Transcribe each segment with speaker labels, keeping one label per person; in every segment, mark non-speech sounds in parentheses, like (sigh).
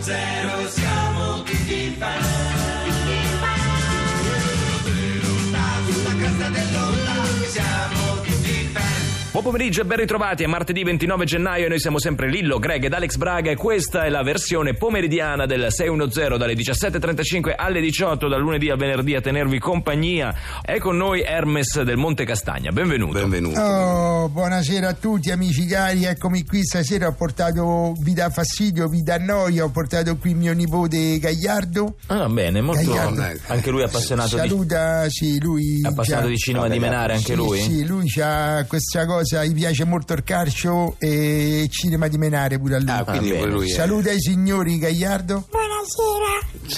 Speaker 1: zero siamo tutti fan. Sulla cresta dell'onda siamo tutti fan.
Speaker 2: Buon pomeriggio e ben ritrovati, è martedì 29 gennaio e noi siamo sempre Lillo, Greg ed Alex Braga e questa è la versione pomeridiana del 610 dalle 17.35 alle 18 dal lunedì al venerdì a tenervi compagnia. È con noi Hermes del Monte Castagna, benvenuto.
Speaker 3: Benvenuto.
Speaker 4: Oh, buonasera a tutti amici cari, eccomi qui stasera, ho portato, vi dà fastidio, vi dà noia, ho portato qui mio nipote Gagliardo,
Speaker 2: Ah bene, molto
Speaker 4: Gagliardo.
Speaker 2: anche lui è appassionato di
Speaker 4: saluta, sì, lui...
Speaker 2: è appassionato
Speaker 4: già-
Speaker 2: di cinema di Menare anche
Speaker 4: sì,
Speaker 2: lui.
Speaker 4: Sì, lui ha questa cosa, gli piace molto il calcio e il cinema di Menare pure a lui.
Speaker 3: Ah, quindi
Speaker 2: Ah, bene.
Speaker 3: poi lui è-
Speaker 4: Saluta i signori Gagliardo.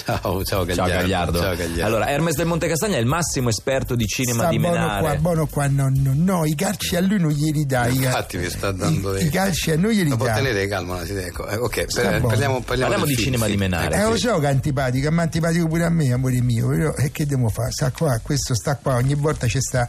Speaker 3: Ciao, ciao Gagliardo.
Speaker 2: Ciao Gagliardo.
Speaker 3: Ciao Gagliardo.
Speaker 2: Allora, Hermes del Monte Castagna è il massimo esperto di cinema
Speaker 4: Sta
Speaker 2: di
Speaker 4: buono
Speaker 2: Menare.
Speaker 4: qua, buono qua, nonno. No, i calci a lui non glieli dai.
Speaker 3: Infatti mi sta dando
Speaker 4: I,
Speaker 3: dei...
Speaker 4: i calci a noi glieli
Speaker 3: Lo può
Speaker 4: dai.
Speaker 3: tenere calma, la sedia, ecco. Eh, Ok,
Speaker 4: Sta
Speaker 3: per-
Speaker 4: buono.
Speaker 3: parliamo, parliamo,
Speaker 2: Parliamo
Speaker 3: del
Speaker 2: di
Speaker 3: film,
Speaker 2: cinema
Speaker 3: sì.
Speaker 2: di Menare.
Speaker 4: Eh,
Speaker 3: Ecco,
Speaker 4: lo
Speaker 3: sì.
Speaker 4: so che è antipatico, ma è antipatico pure a me, amore mio. però, E che devo fare? Sta qua, questo sta qua, ogni volta c'è sta.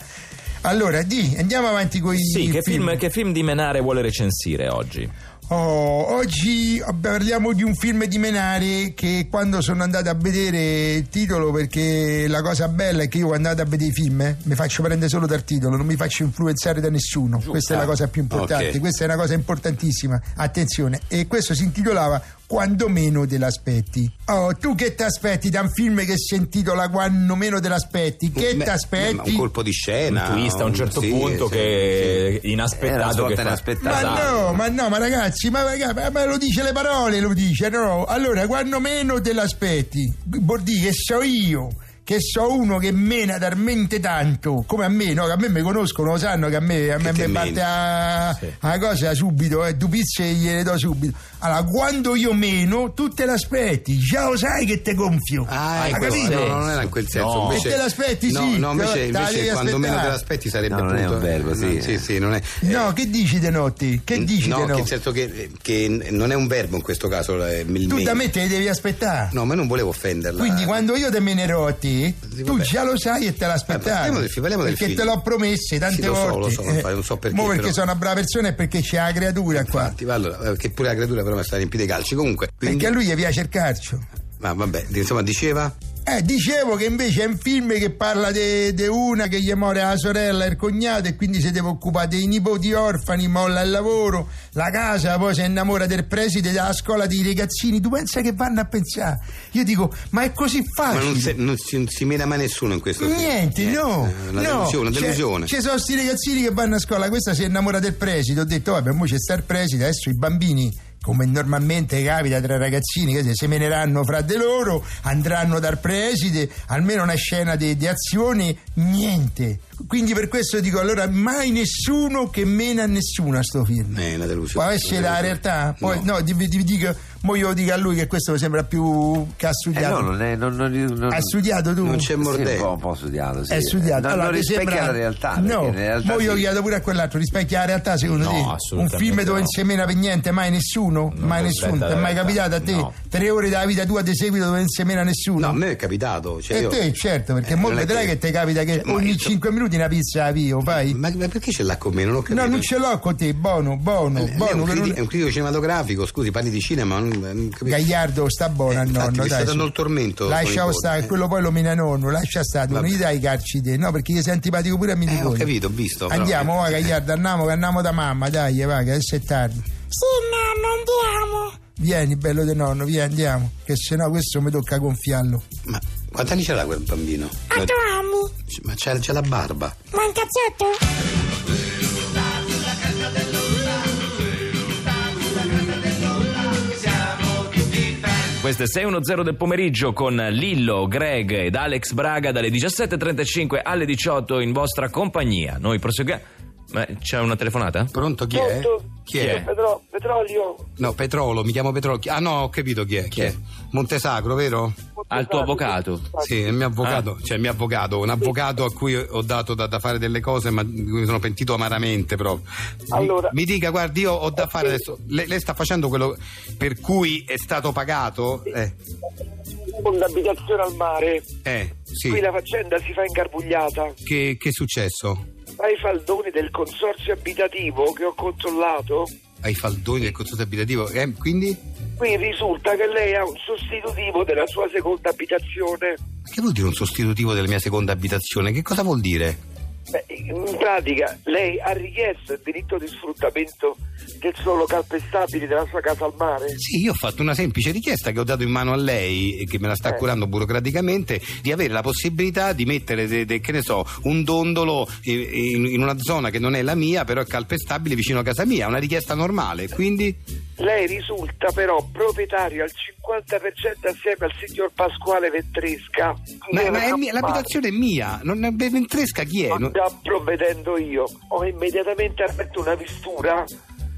Speaker 4: Allora, di, andiamo avanti con i
Speaker 2: Sì, che
Speaker 4: film.
Speaker 2: film, che film di Menare vuole recensire oggi?
Speaker 4: Oh, oggi parliamo di un film di Menare che quando sono andato a vedere il titolo, perché la cosa bella è che io quando andate a vedere i film eh, mi faccio prendere solo dal titolo, non mi faccio influenzare da nessuno. Questa è la cosa più importante,
Speaker 3: Ok.
Speaker 4: questa è una cosa importantissima. Attenzione, e questo si intitolava Quando meno te l'aspetti. Oh, tu che ti aspetti da un film che si intitola Quando meno te l'aspetti? Che
Speaker 3: Beh,
Speaker 4: ti
Speaker 3: ma Un
Speaker 4: aspetti?
Speaker 3: colpo di scena.
Speaker 2: Un twist a un certo
Speaker 3: Eh, sì,
Speaker 2: punto
Speaker 3: sì,
Speaker 2: che
Speaker 3: sì.
Speaker 2: inaspettato
Speaker 3: È una sorta
Speaker 2: che fa-
Speaker 3: inaspettata.
Speaker 4: Ma
Speaker 2: Esatto.
Speaker 4: no, ma no, ma ragazzi, ma, raga- ma- ma lo dice le parole, lo dice, no? Allora, quando meno te l'aspetti, vuol dire che so io, che so uno che mena talmente tanto, come a me, no? Che a me mi conoscono, lo sanno che a me, a me
Speaker 3: te
Speaker 4: mi parte
Speaker 3: meni.
Speaker 4: a, a cosa subito, eh, due pizze gliele do subito. Allora, quando io meno, tu te l'aspetti, già lo sai che te gonfio.
Speaker 3: Ah,
Speaker 4: Hai
Speaker 3: ecco,
Speaker 4: capito?
Speaker 3: no, no, non era in quel senso.
Speaker 2: No.
Speaker 3: Invece,
Speaker 4: E te l'aspetti,
Speaker 3: no,
Speaker 4: sì,
Speaker 3: No, invece,
Speaker 4: te- te la
Speaker 3: invece
Speaker 4: devi
Speaker 3: quando meno te
Speaker 4: aspettare.
Speaker 3: l'aspetti sarebbe
Speaker 5: No, non è
Speaker 3: appunto-
Speaker 5: un verbo, sì.
Speaker 3: No, sì, sì, non è.
Speaker 4: No, che dici di notti? Che dici
Speaker 3: no,
Speaker 4: di
Speaker 3: che
Speaker 4: notti?
Speaker 3: nel senso che, eh, che non è un verbo in questo caso. eh, il
Speaker 4: Tu da
Speaker 3: meno.
Speaker 4: me te li devi aspettare.
Speaker 3: No, ma non volevo offenderla. Eh,
Speaker 4: Quindi quando io te menerò a te,
Speaker 3: Sì,
Speaker 4: tu
Speaker 3: vabbè.
Speaker 4: già lo sai e te
Speaker 3: Eh,
Speaker 4: l'aspettavi.
Speaker 3: parliamo del film, parliamo del
Speaker 4: perché
Speaker 3: film.
Speaker 4: te l'ho promesso tante
Speaker 3: Sì, lo so,
Speaker 4: volte.
Speaker 3: lo so,
Speaker 4: Eh,
Speaker 3: infatti, non so perché,
Speaker 4: mo perché
Speaker 3: però.
Speaker 4: sono una brava persona e perché c'è la creatura qua.
Speaker 3: Infatti, va allora, eh, che pure la creatura però mi sta riempita i calci. Comunque, quindi-
Speaker 4: Perché a lui gli piace il calcio.
Speaker 3: ma vabbè, insomma, diceva.
Speaker 4: Eh, dicevo che invece è un film che parla di una che gli muore la sorella e il cognato e quindi si deve occupare dei nipoti orfani, molla il lavoro, la casa, poi si innamora del preside della scuola dei ragazzini. Tu pensa che vanno a pensare? Io dico, ma è così
Speaker 3: Ma
Speaker 4: facile.
Speaker 3: non, se- non si, non si mena mai nessuno in questo film.
Speaker 4: Niente,
Speaker 3: Eh,
Speaker 4: no,
Speaker 3: eh, Una
Speaker 4: no.
Speaker 3: delusione, una
Speaker 4: Cioè,
Speaker 3: delusione.
Speaker 4: Ci sono sti ragazzini che vanno a scuola, questa si innamora del preside. Ho detto, vabbè, mo c'è sta il preside, adesso i bambini, come normalmente capita tra ragazzini, che si semeneranno fra di loro, andranno dal preside, almeno una scena di, di azione, niente. Quindi per questo dico, allora, mai nessuno che mena a nessuno a sto film.
Speaker 3: Eh, una delusione.
Speaker 4: Può essere
Speaker 3: Una
Speaker 4: la
Speaker 3: delusione.
Speaker 4: realtà? Poi, no, vi, vi dico, mo io dico a lui che questo mi sembra più che ha
Speaker 5: Eh, no,
Speaker 4: studiato.
Speaker 5: non è. Non, non, non-
Speaker 4: ha studiato tu?
Speaker 3: Non c'è
Speaker 5: Sì,
Speaker 3: Mordè.
Speaker 5: un po', un po' studiato, sì.
Speaker 4: è
Speaker 3: eh,
Speaker 4: studiato.
Speaker 5: Non,
Speaker 4: Allora,
Speaker 5: non
Speaker 4: mi
Speaker 5: rispecchia
Speaker 4: sembra-
Speaker 5: la realtà.
Speaker 4: No,
Speaker 5: perché in realtà
Speaker 4: poi io
Speaker 5: sì.
Speaker 4: chiedo pure a quell'altro, rispecchia la realtà secondo
Speaker 2: No,
Speaker 4: te? Un
Speaker 2: assolutamente
Speaker 4: film dove
Speaker 2: no.
Speaker 4: non si mena per niente, mai nessuno,
Speaker 2: Non
Speaker 4: mai
Speaker 2: rispetta
Speaker 4: nessuno.
Speaker 2: la
Speaker 4: Ti è mai
Speaker 2: realtà.
Speaker 4: capitato a te?
Speaker 2: No.
Speaker 4: Tre ore della vita tua di seguito dove non si mena nessuno?
Speaker 3: No, a me è capitato. Cioè
Speaker 4: e
Speaker 3: io-
Speaker 4: te, certo, perché
Speaker 3: Eh,
Speaker 4: mo
Speaker 3: non è
Speaker 4: vedrai che... te capita che
Speaker 3: Cioè, ma
Speaker 4: ogni
Speaker 3: io-
Speaker 4: 5 minuti una pizza la pio, fai?
Speaker 3: Ma, ma perché ce l'ha con me? Non ho capito.
Speaker 4: No, non ce l'ho con te, buono, buono,
Speaker 3: Lei è,
Speaker 4: buono.
Speaker 3: un
Speaker 4: che non-
Speaker 3: critico, è un critico cinematografico, scusi, parli di cinema. Non, non capisco.
Speaker 4: Gagliardo sta buono
Speaker 3: Eh,
Speaker 4: al
Speaker 3: infatti,
Speaker 4: nonno,
Speaker 3: mi sta
Speaker 4: dai.
Speaker 3: dando
Speaker 4: su.
Speaker 3: il tormento,
Speaker 4: Lascialo
Speaker 3: con i
Speaker 4: stare,
Speaker 3: nipoti.
Speaker 4: quello poi lo mina nonno, lascia stare, non
Speaker 3: Vabbè.
Speaker 4: gli dai i calci te, no, perché gli sei antipatico pure a me
Speaker 3: Eh, ho
Speaker 4: nipoti.
Speaker 3: capito, ho visto. però-
Speaker 4: Andiamo, va Gagliardo, andiamo, che andiamo da mamma, dai, va, che adesso è tardi.
Speaker 6: Sì, nonno, andiamo.
Speaker 4: Vieni, bello di nonno, via, andiamo, che sennò questo mi tocca gonfiarlo.
Speaker 3: eh, Ma quanti anni ce l'ha quel bambino?
Speaker 6: A due anni.
Speaker 3: Ma c'ha, c'ha la barba.
Speaker 6: Manca zotto.
Speaker 2: Questo è 610 del pomeriggio con Lillo, Greg ed Alex Braga dalle 17.35 alle 18 in vostra compagnia. Noi proseguiamo. Ma c'è una telefonata?
Speaker 3: Pronto chi è?
Speaker 7: Pronto?
Speaker 3: Chi è?
Speaker 7: Petro- petrolio.
Speaker 3: No, Petrolo, mi chiamo Petrolo. Chi- Ah no, ho capito chi è. Chi è? Montesacro, vero?
Speaker 2: Al tuo avvocato.
Speaker 7: Ah,
Speaker 3: Sì, è il mio avvocato, cioè il mio avvocato, un avvocato a cui ho dato da, da fare delle cose, ma di cui mi sono pentito amaramente proprio. Mi-
Speaker 7: Allora-
Speaker 3: mi dica, guardi, io ho da fare adesso. Lei, lei sta facendo quello per cui è stato pagato? Eh,
Speaker 7: Con l'abitazione al mare.
Speaker 3: eh sì.
Speaker 7: Qui la faccenda si fa ingarbugliata.
Speaker 3: Che, che è successo?
Speaker 7: Ai faldoni del consorzio abitativo che ho controllato
Speaker 3: Ai faldoni del consorzio abitativo? Eh, quindi?
Speaker 7: Qui risulta che lei ha un sostitutivo della sua seconda abitazione.
Speaker 3: Ma Che vuol dire un sostitutivo della mia seconda abitazione? Che cosa vuol dire?
Speaker 7: Beh, in pratica lei ha richiesto il diritto di sfruttamento del suolo calpestabile della sua casa al mare.
Speaker 3: Sì, io ho fatto una semplice richiesta che ho dato in mano a lei, e che me la sta
Speaker 7: Eh.
Speaker 3: curando burocraticamente, di avere la possibilità di mettere, de- de- che ne so, un dondolo eh, in, in una zona che non è la mia, però è calpestabile vicino a casa mia. È una richiesta normale, quindi...
Speaker 7: Lei risulta però proprietario al 50% assieme al signor Pasquale Ventresca.
Speaker 3: Ma,
Speaker 7: Nella
Speaker 3: ma è mia-
Speaker 7: campana.
Speaker 3: l'abitazione è mia, non è ventresca chi è?
Speaker 7: Ma
Speaker 3: Eh, Non-
Speaker 7: sta provvedendo io. Ho immediatamente aperto una vistura.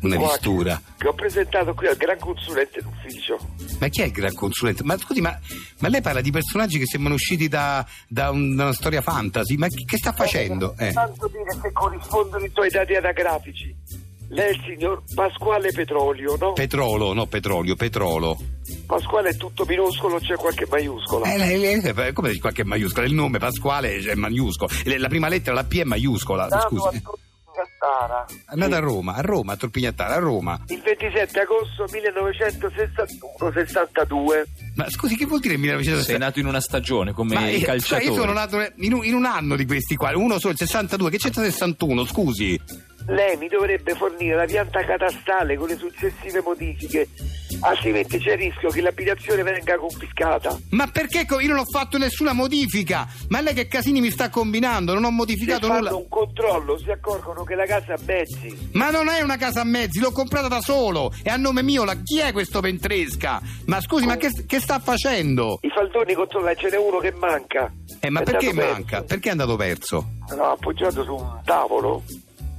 Speaker 3: Una
Speaker 7: Guardi,
Speaker 3: vistura?
Speaker 7: Che ho presentato qui al gran consulente d'ufficio.
Speaker 3: Ma chi è il gran consulente? Ma scusi, ma, ma lei parla di personaggi che sembrano usciti da, da un- da una storia fantasy, ma chi- che sta facendo? Eh.
Speaker 7: Tanto dire se corrispondono i suoi dati anagrafici. Lei è il signor Pasquale Petrolio, no?
Speaker 3: Petrolo, no petrolio, petrolo.
Speaker 7: Pasquale è tutto minuscolo, c'è qualche maiuscola.
Speaker 3: Eh, lei- lei- eh, come dici qualche maiuscola? Il nome Pasquale è maiuscolo, Le- la prima lettera, la P è maiuscola,
Speaker 7: Nato a
Speaker 3: scusi. eh.
Speaker 7: Torre
Speaker 3: È nata a Roma, a Roma, a Torpignattara, a Roma.
Speaker 7: il 27 agosto 1961-62.
Speaker 3: Ma scusi, che vuol dire 1960?
Speaker 8: Sei nato in una stagione come
Speaker 3: Ma
Speaker 8: i
Speaker 3: io, cioè,
Speaker 8: calciatori.
Speaker 3: io sono nato in un, in un anno di questi qua, uno solo, il 62, che c'entra il 61, scusi?
Speaker 7: Lei mi dovrebbe fornire la pianta catastale con le successive modifiche, altrimenti c'è il rischio che l'abitazione venga confiscata.
Speaker 3: Ma perché co- io non ho fatto nessuna modifica? Ma lei che casini mi sta combinando? Non ho
Speaker 7: Se
Speaker 3: modificato nulla.
Speaker 7: fanno un controllo si accorgono che la casa è a mezzi.
Speaker 3: Ma non è una casa a mezzi, l'ho comprata da solo. E a nome mio, la... chi è questo Ventresca? Ma scusi, ma che, che sta facendo?
Speaker 7: I faldoni controllano, ce n'è uno che manca.
Speaker 3: Eh, ma
Speaker 7: È
Speaker 3: perché
Speaker 7: andato
Speaker 3: manca?
Speaker 7: perso.
Speaker 3: Perché è andato perso?
Speaker 7: L'ho appoggiato su un tavolo.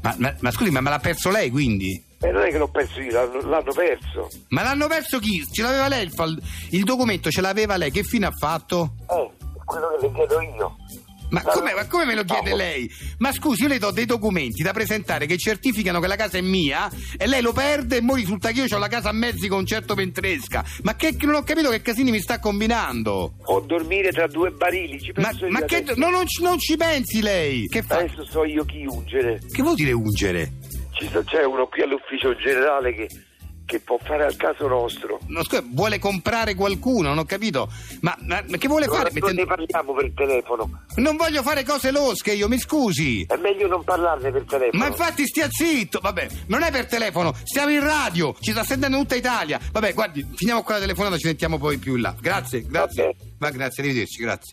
Speaker 3: Ma, ma- ma scusi, ma me l'ha perso lei quindi?
Speaker 7: E non è che l'ho perso io, l'hanno, l'hanno perso.
Speaker 3: Ma l'hanno perso chi? Ce l'aveva lei il, fal- il documento, ce l'aveva lei, che fine ha fatto?
Speaker 7: Eh, quello che le chiedo io.
Speaker 3: Ma come, ma come me lo chiede lei? Ma scusi, io le do dei documenti da presentare che certificano che la casa è mia e lei lo perde e mo risulta che io ho la casa a mezzi con un certo Ventresca. Ma che che non ho capito che casini mi sta combinando?
Speaker 7: O dormire tra due barili, ci
Speaker 3: Ma,
Speaker 7: penso io
Speaker 3: ma che.
Speaker 7: adesso.
Speaker 3: no, non, ci- non ci pensi lei! Che fa?
Speaker 7: Adesso so io chi ungere.
Speaker 3: Che vuol dire ungere?
Speaker 7: Ci sta- c'è uno qui all'ufficio generale che, che può fare al caso nostro.
Speaker 3: No, scusa, vuole comprare qualcuno, non ho capito. Ma, ma- ma che vuole
Speaker 7: Ora
Speaker 3: fare?
Speaker 7: non
Speaker 3: Mettendo-
Speaker 7: ne parliamo per telefono.
Speaker 3: Non voglio fare cose losche io, mi scusi.
Speaker 7: È meglio non parlarne per telefono.
Speaker 3: Ma infatti stia zitto, vabbè, non è per telefono, siamo in radio, ci sta sentendo tutta Italia. Vabbè, guardi, finiamo qua la telefonata, ci sentiamo poi più in là. Grazie, grazie.
Speaker 7: Ok.
Speaker 3: Va, grazie, arrivederci, grazie.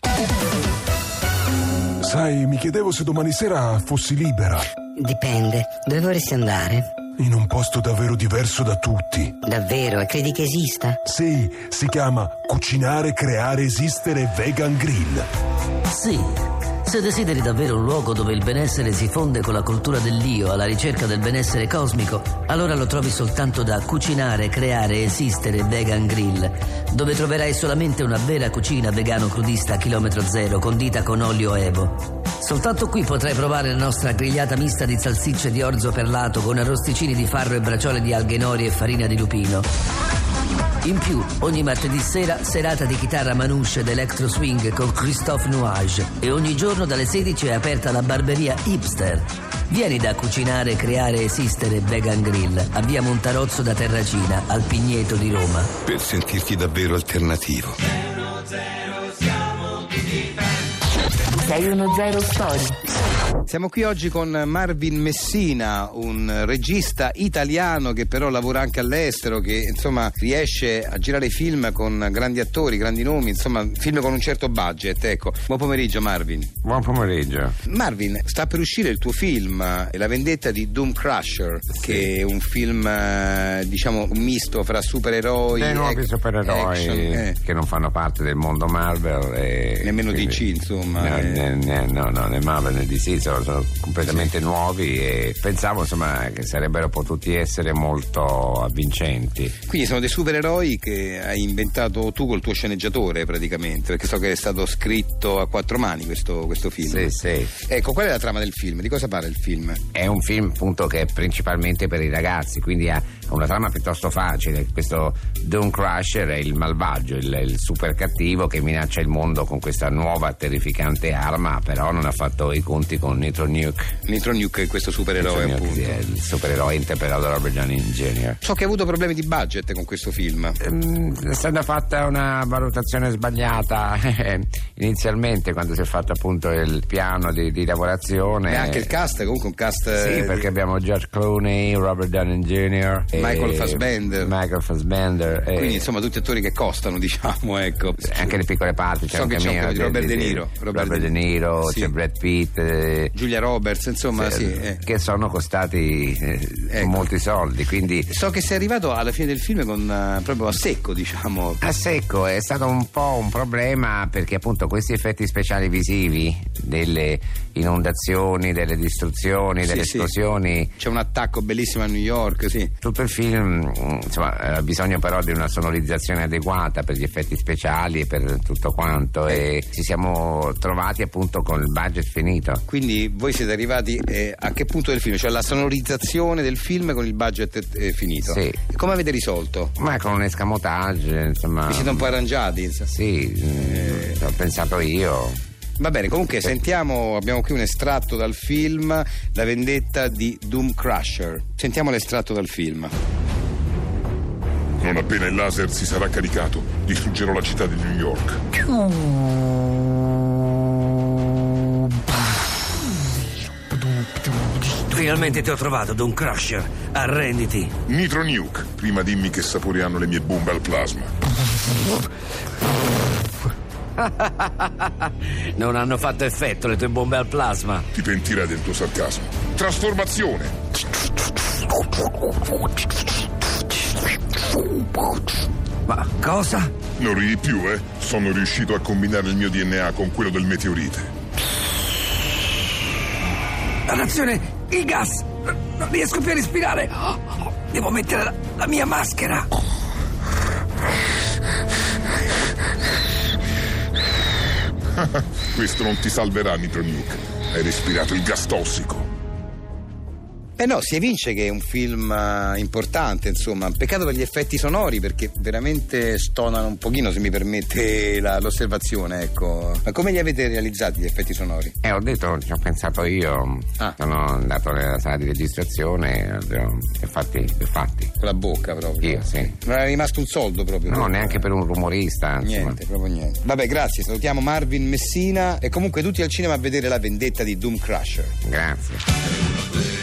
Speaker 9: Sai, mi chiedevo se domani sera Ah, fossi libera,
Speaker 10: Dipende. Dove vorresti andare?
Speaker 9: in un posto davvero diverso da tutti.
Speaker 10: Davvero? E credi che esista?
Speaker 9: Sì, si chiama Cucinare, Creare, Esistere Vegan Grill.
Speaker 11: Sì, se desideri davvero un luogo dove il benessere si fonde con la cultura dell'io alla ricerca del benessere cosmico, allora lo trovi soltanto da Cucinare, Creare, Esistere Vegan Grill, dove troverai solamente una vera cucina vegano-crudista a chilometro zero condita con olio Evo. Soltanto qui potrai provare la nostra grigliata mista di salsicce di orzo perlato con arrosticini di farro e braciole di alghe nori e farina di lupino. In più, ogni martedì sera, serata di chitarra manouche ed electro swing con Christophe Nuage. E ogni giorno dalle 16 è aperta la barberia Hipster. Vieni da cucinare, creare, esistere Vegan Grill a via Montarozzo da Terracina, al Pigneto di Roma.
Speaker 5: Per sentirti davvero alternativo.
Speaker 10: 610 Story.
Speaker 12: Siamo qui oggi con Marvin Messina, un regista italiano che però lavora anche all'estero, che insomma riesce a girare film con grandi attori, grandi nomi, insomma film con un certo budget. Ecco, buon pomeriggio Marvin.
Speaker 5: Buon pomeriggio.
Speaker 12: Marvin, sta per uscire il tuo film, eh, La vendetta di Doom Crusher, che è un film eh, diciamo un misto fra supereroi
Speaker 5: Dei nuovi
Speaker 12: ac-
Speaker 5: supereroi
Speaker 12: action, eh.
Speaker 5: che non fanno parte del mondo Marvel e
Speaker 12: Nemmeno
Speaker 5: quindi-
Speaker 12: DC, insomma,
Speaker 5: no,
Speaker 12: eh.
Speaker 5: né- né- no, no, né Marvel né DC sono, sono completamente nuovi e pensavo insomma che sarebbero potuti essere molto avvincenti
Speaker 12: Quindi sono dei supereroi che hai inventato tu col tuo sceneggiatore praticamente, perché so che è stato scritto a quattro mani questo, questo film.
Speaker 5: sì sì
Speaker 12: Ecco, qual è la trama del film? Di cosa parla il film?
Speaker 5: È un film appunto che è principalmente per i ragazzi, quindi ha, una trama piuttosto facile. Questo Doom Crusher è il malvagio, il, il super cattivo che minaccia il mondo con questa nuova terrificante arma, però non ha fatto i conti con Nitro Nuke.
Speaker 3: Nitro Nuke è questo supereroe,
Speaker 5: Nitro Nuke,
Speaker 3: appunto.
Speaker 5: sì, è il supereroe interpretato da Robert Downey Jr.
Speaker 3: So che ha avuto problemi di budget con questo film.
Speaker 5: Mm, È stata fatta una valutazione sbagliata (laughs) eh, inizialmente quando si è fatto appunto il piano di, di lavorazione.
Speaker 3: E anche il cast, comunque un cast.
Speaker 5: Eh. Sì,
Speaker 3: eh,
Speaker 5: perché abbiamo George Clooney, Robert Downey Jr., e
Speaker 3: Michael Fassbender.
Speaker 5: Michael Fassbender, e
Speaker 3: Quindi, insomma, tutti attori che costano, (laughs) diciamo, ecco.
Speaker 5: Eh. anche le piccole parti. C'è
Speaker 3: So
Speaker 5: un
Speaker 3: che c'è un
Speaker 5: cameo
Speaker 3: po' di Robert De Niro,
Speaker 5: Robert,
Speaker 3: Robert
Speaker 5: De
Speaker 3: De-
Speaker 5: Niro,
Speaker 3: sì.
Speaker 5: c'è Brad Pitt. eh,
Speaker 3: Giulia Roberts, insomma,
Speaker 5: eh,
Speaker 3: sì. eh.
Speaker 5: Che sono costati eh,
Speaker 3: Ecco.
Speaker 5: molti soldi, quindi
Speaker 3: So che sei arrivato alla fine del film con eh, proprio a secco, diciamo.
Speaker 5: A secco è stato un po' un problema perché appunto questi effetti speciali visivi delle inondazioni, delle distruzioni,
Speaker 3: Sì,
Speaker 5: delle
Speaker 3: sì.
Speaker 5: esplosioni,
Speaker 3: C'è un attacco bellissimo a New York, sì.
Speaker 5: tutto il film mm, insomma, ha bisogno però di una sonorizzazione adeguata per gli effetti speciali e per tutto quanto e ci siamo trovati appunto con il budget finito.
Speaker 3: Quindi voi siete arrivati eh, a che punto del film? Cioè la sonorizzazione del film con il budget eh, finito.
Speaker 5: Sì.
Speaker 3: Come avete risolto?
Speaker 5: Ma con un escamotage, insomma...
Speaker 3: Vi siete un po' arrangiati? insomma.
Speaker 5: Sì, mm,
Speaker 3: Eh.
Speaker 5: l'ho pensato io.
Speaker 3: Va bene, comunque sentiamo, abbiamo qui un estratto dal film La vendetta di Doom Crusher. Sentiamo l'estratto dal film.
Speaker 13: Non appena il laser si sarà caricato, distruggerò la città di New York.
Speaker 11: Finalmente ti ho trovato, Don Crusher. Arrenditi.
Speaker 13: Nitro Nuke, prima dimmi che sapore hanno le mie bombe al plasma.
Speaker 11: (laughs) Non hanno fatto effetto le tue bombe al plasma.
Speaker 13: Ti pentirai del tuo sarcasmo. Trasformazione!
Speaker 11: Ma cosa?
Speaker 13: Non ridi più, eh? Sono riuscito a combinare il mio DNA con quello del meteorite.
Speaker 11: La nazione, il gas! Non riesco più a respirare! Devo mettere la, la mia maschera!
Speaker 13: Questo non ti salverà, Nitro Nuke. Hai respirato il gas tossico.
Speaker 3: Eh no, si evince che è un film eh, importante, insomma. Peccato per gli effetti sonori perché veramente stonano un pochino, se mi permette la- l'osservazione, ecco. Ma come li avete realizzati gli effetti sonori?
Speaker 5: Eh, ho detto, ci ho pensato io.
Speaker 3: Ah.
Speaker 5: Sono andato nella sala di registrazione e ho- e fatti, e fatti.
Speaker 3: Con la bocca proprio.
Speaker 5: Io, sì.
Speaker 3: Non era rimasto un soldo proprio.
Speaker 5: No, neanche per un rumorista. insomma.
Speaker 3: Niente, proprio niente. Vabbè, grazie, salutiamo Marvin Messina e comunque tutti al cinema a vedere la vendetta di Doom Crusher.
Speaker 5: Grazie.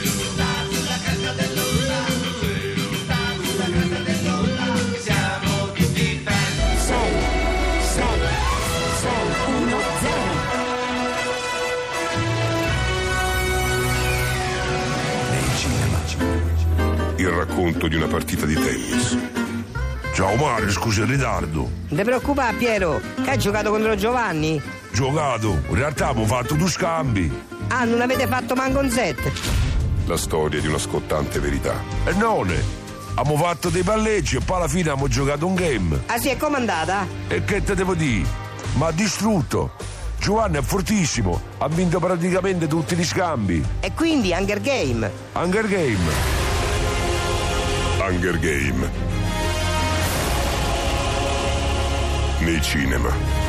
Speaker 13: Il racconto di una partita di tennis.
Speaker 14: Ciao Mario, scusa il ritardo.
Speaker 15: Non ti preoccupare, Piero, che hai giocato contro Giovanni?
Speaker 14: Giocato, in realtà abbiamo fatto due scambi.
Speaker 15: Ah, non avete fatto manco un set.
Speaker 13: La storia di una scottante verità.
Speaker 14: E non è. Abbiamo fatto dei palleggi e poi alla fine abbiamo giocato un game.
Speaker 15: Ah, sì, è comandata?
Speaker 14: E che te devo dire? Ma ha distrutto. Giovanni è fortissimo, ha vinto praticamente tutti gli scambi.
Speaker 15: E quindi Hunger Game?
Speaker 14: Hunger Game.
Speaker 13: Hunger Game. Nei cinema.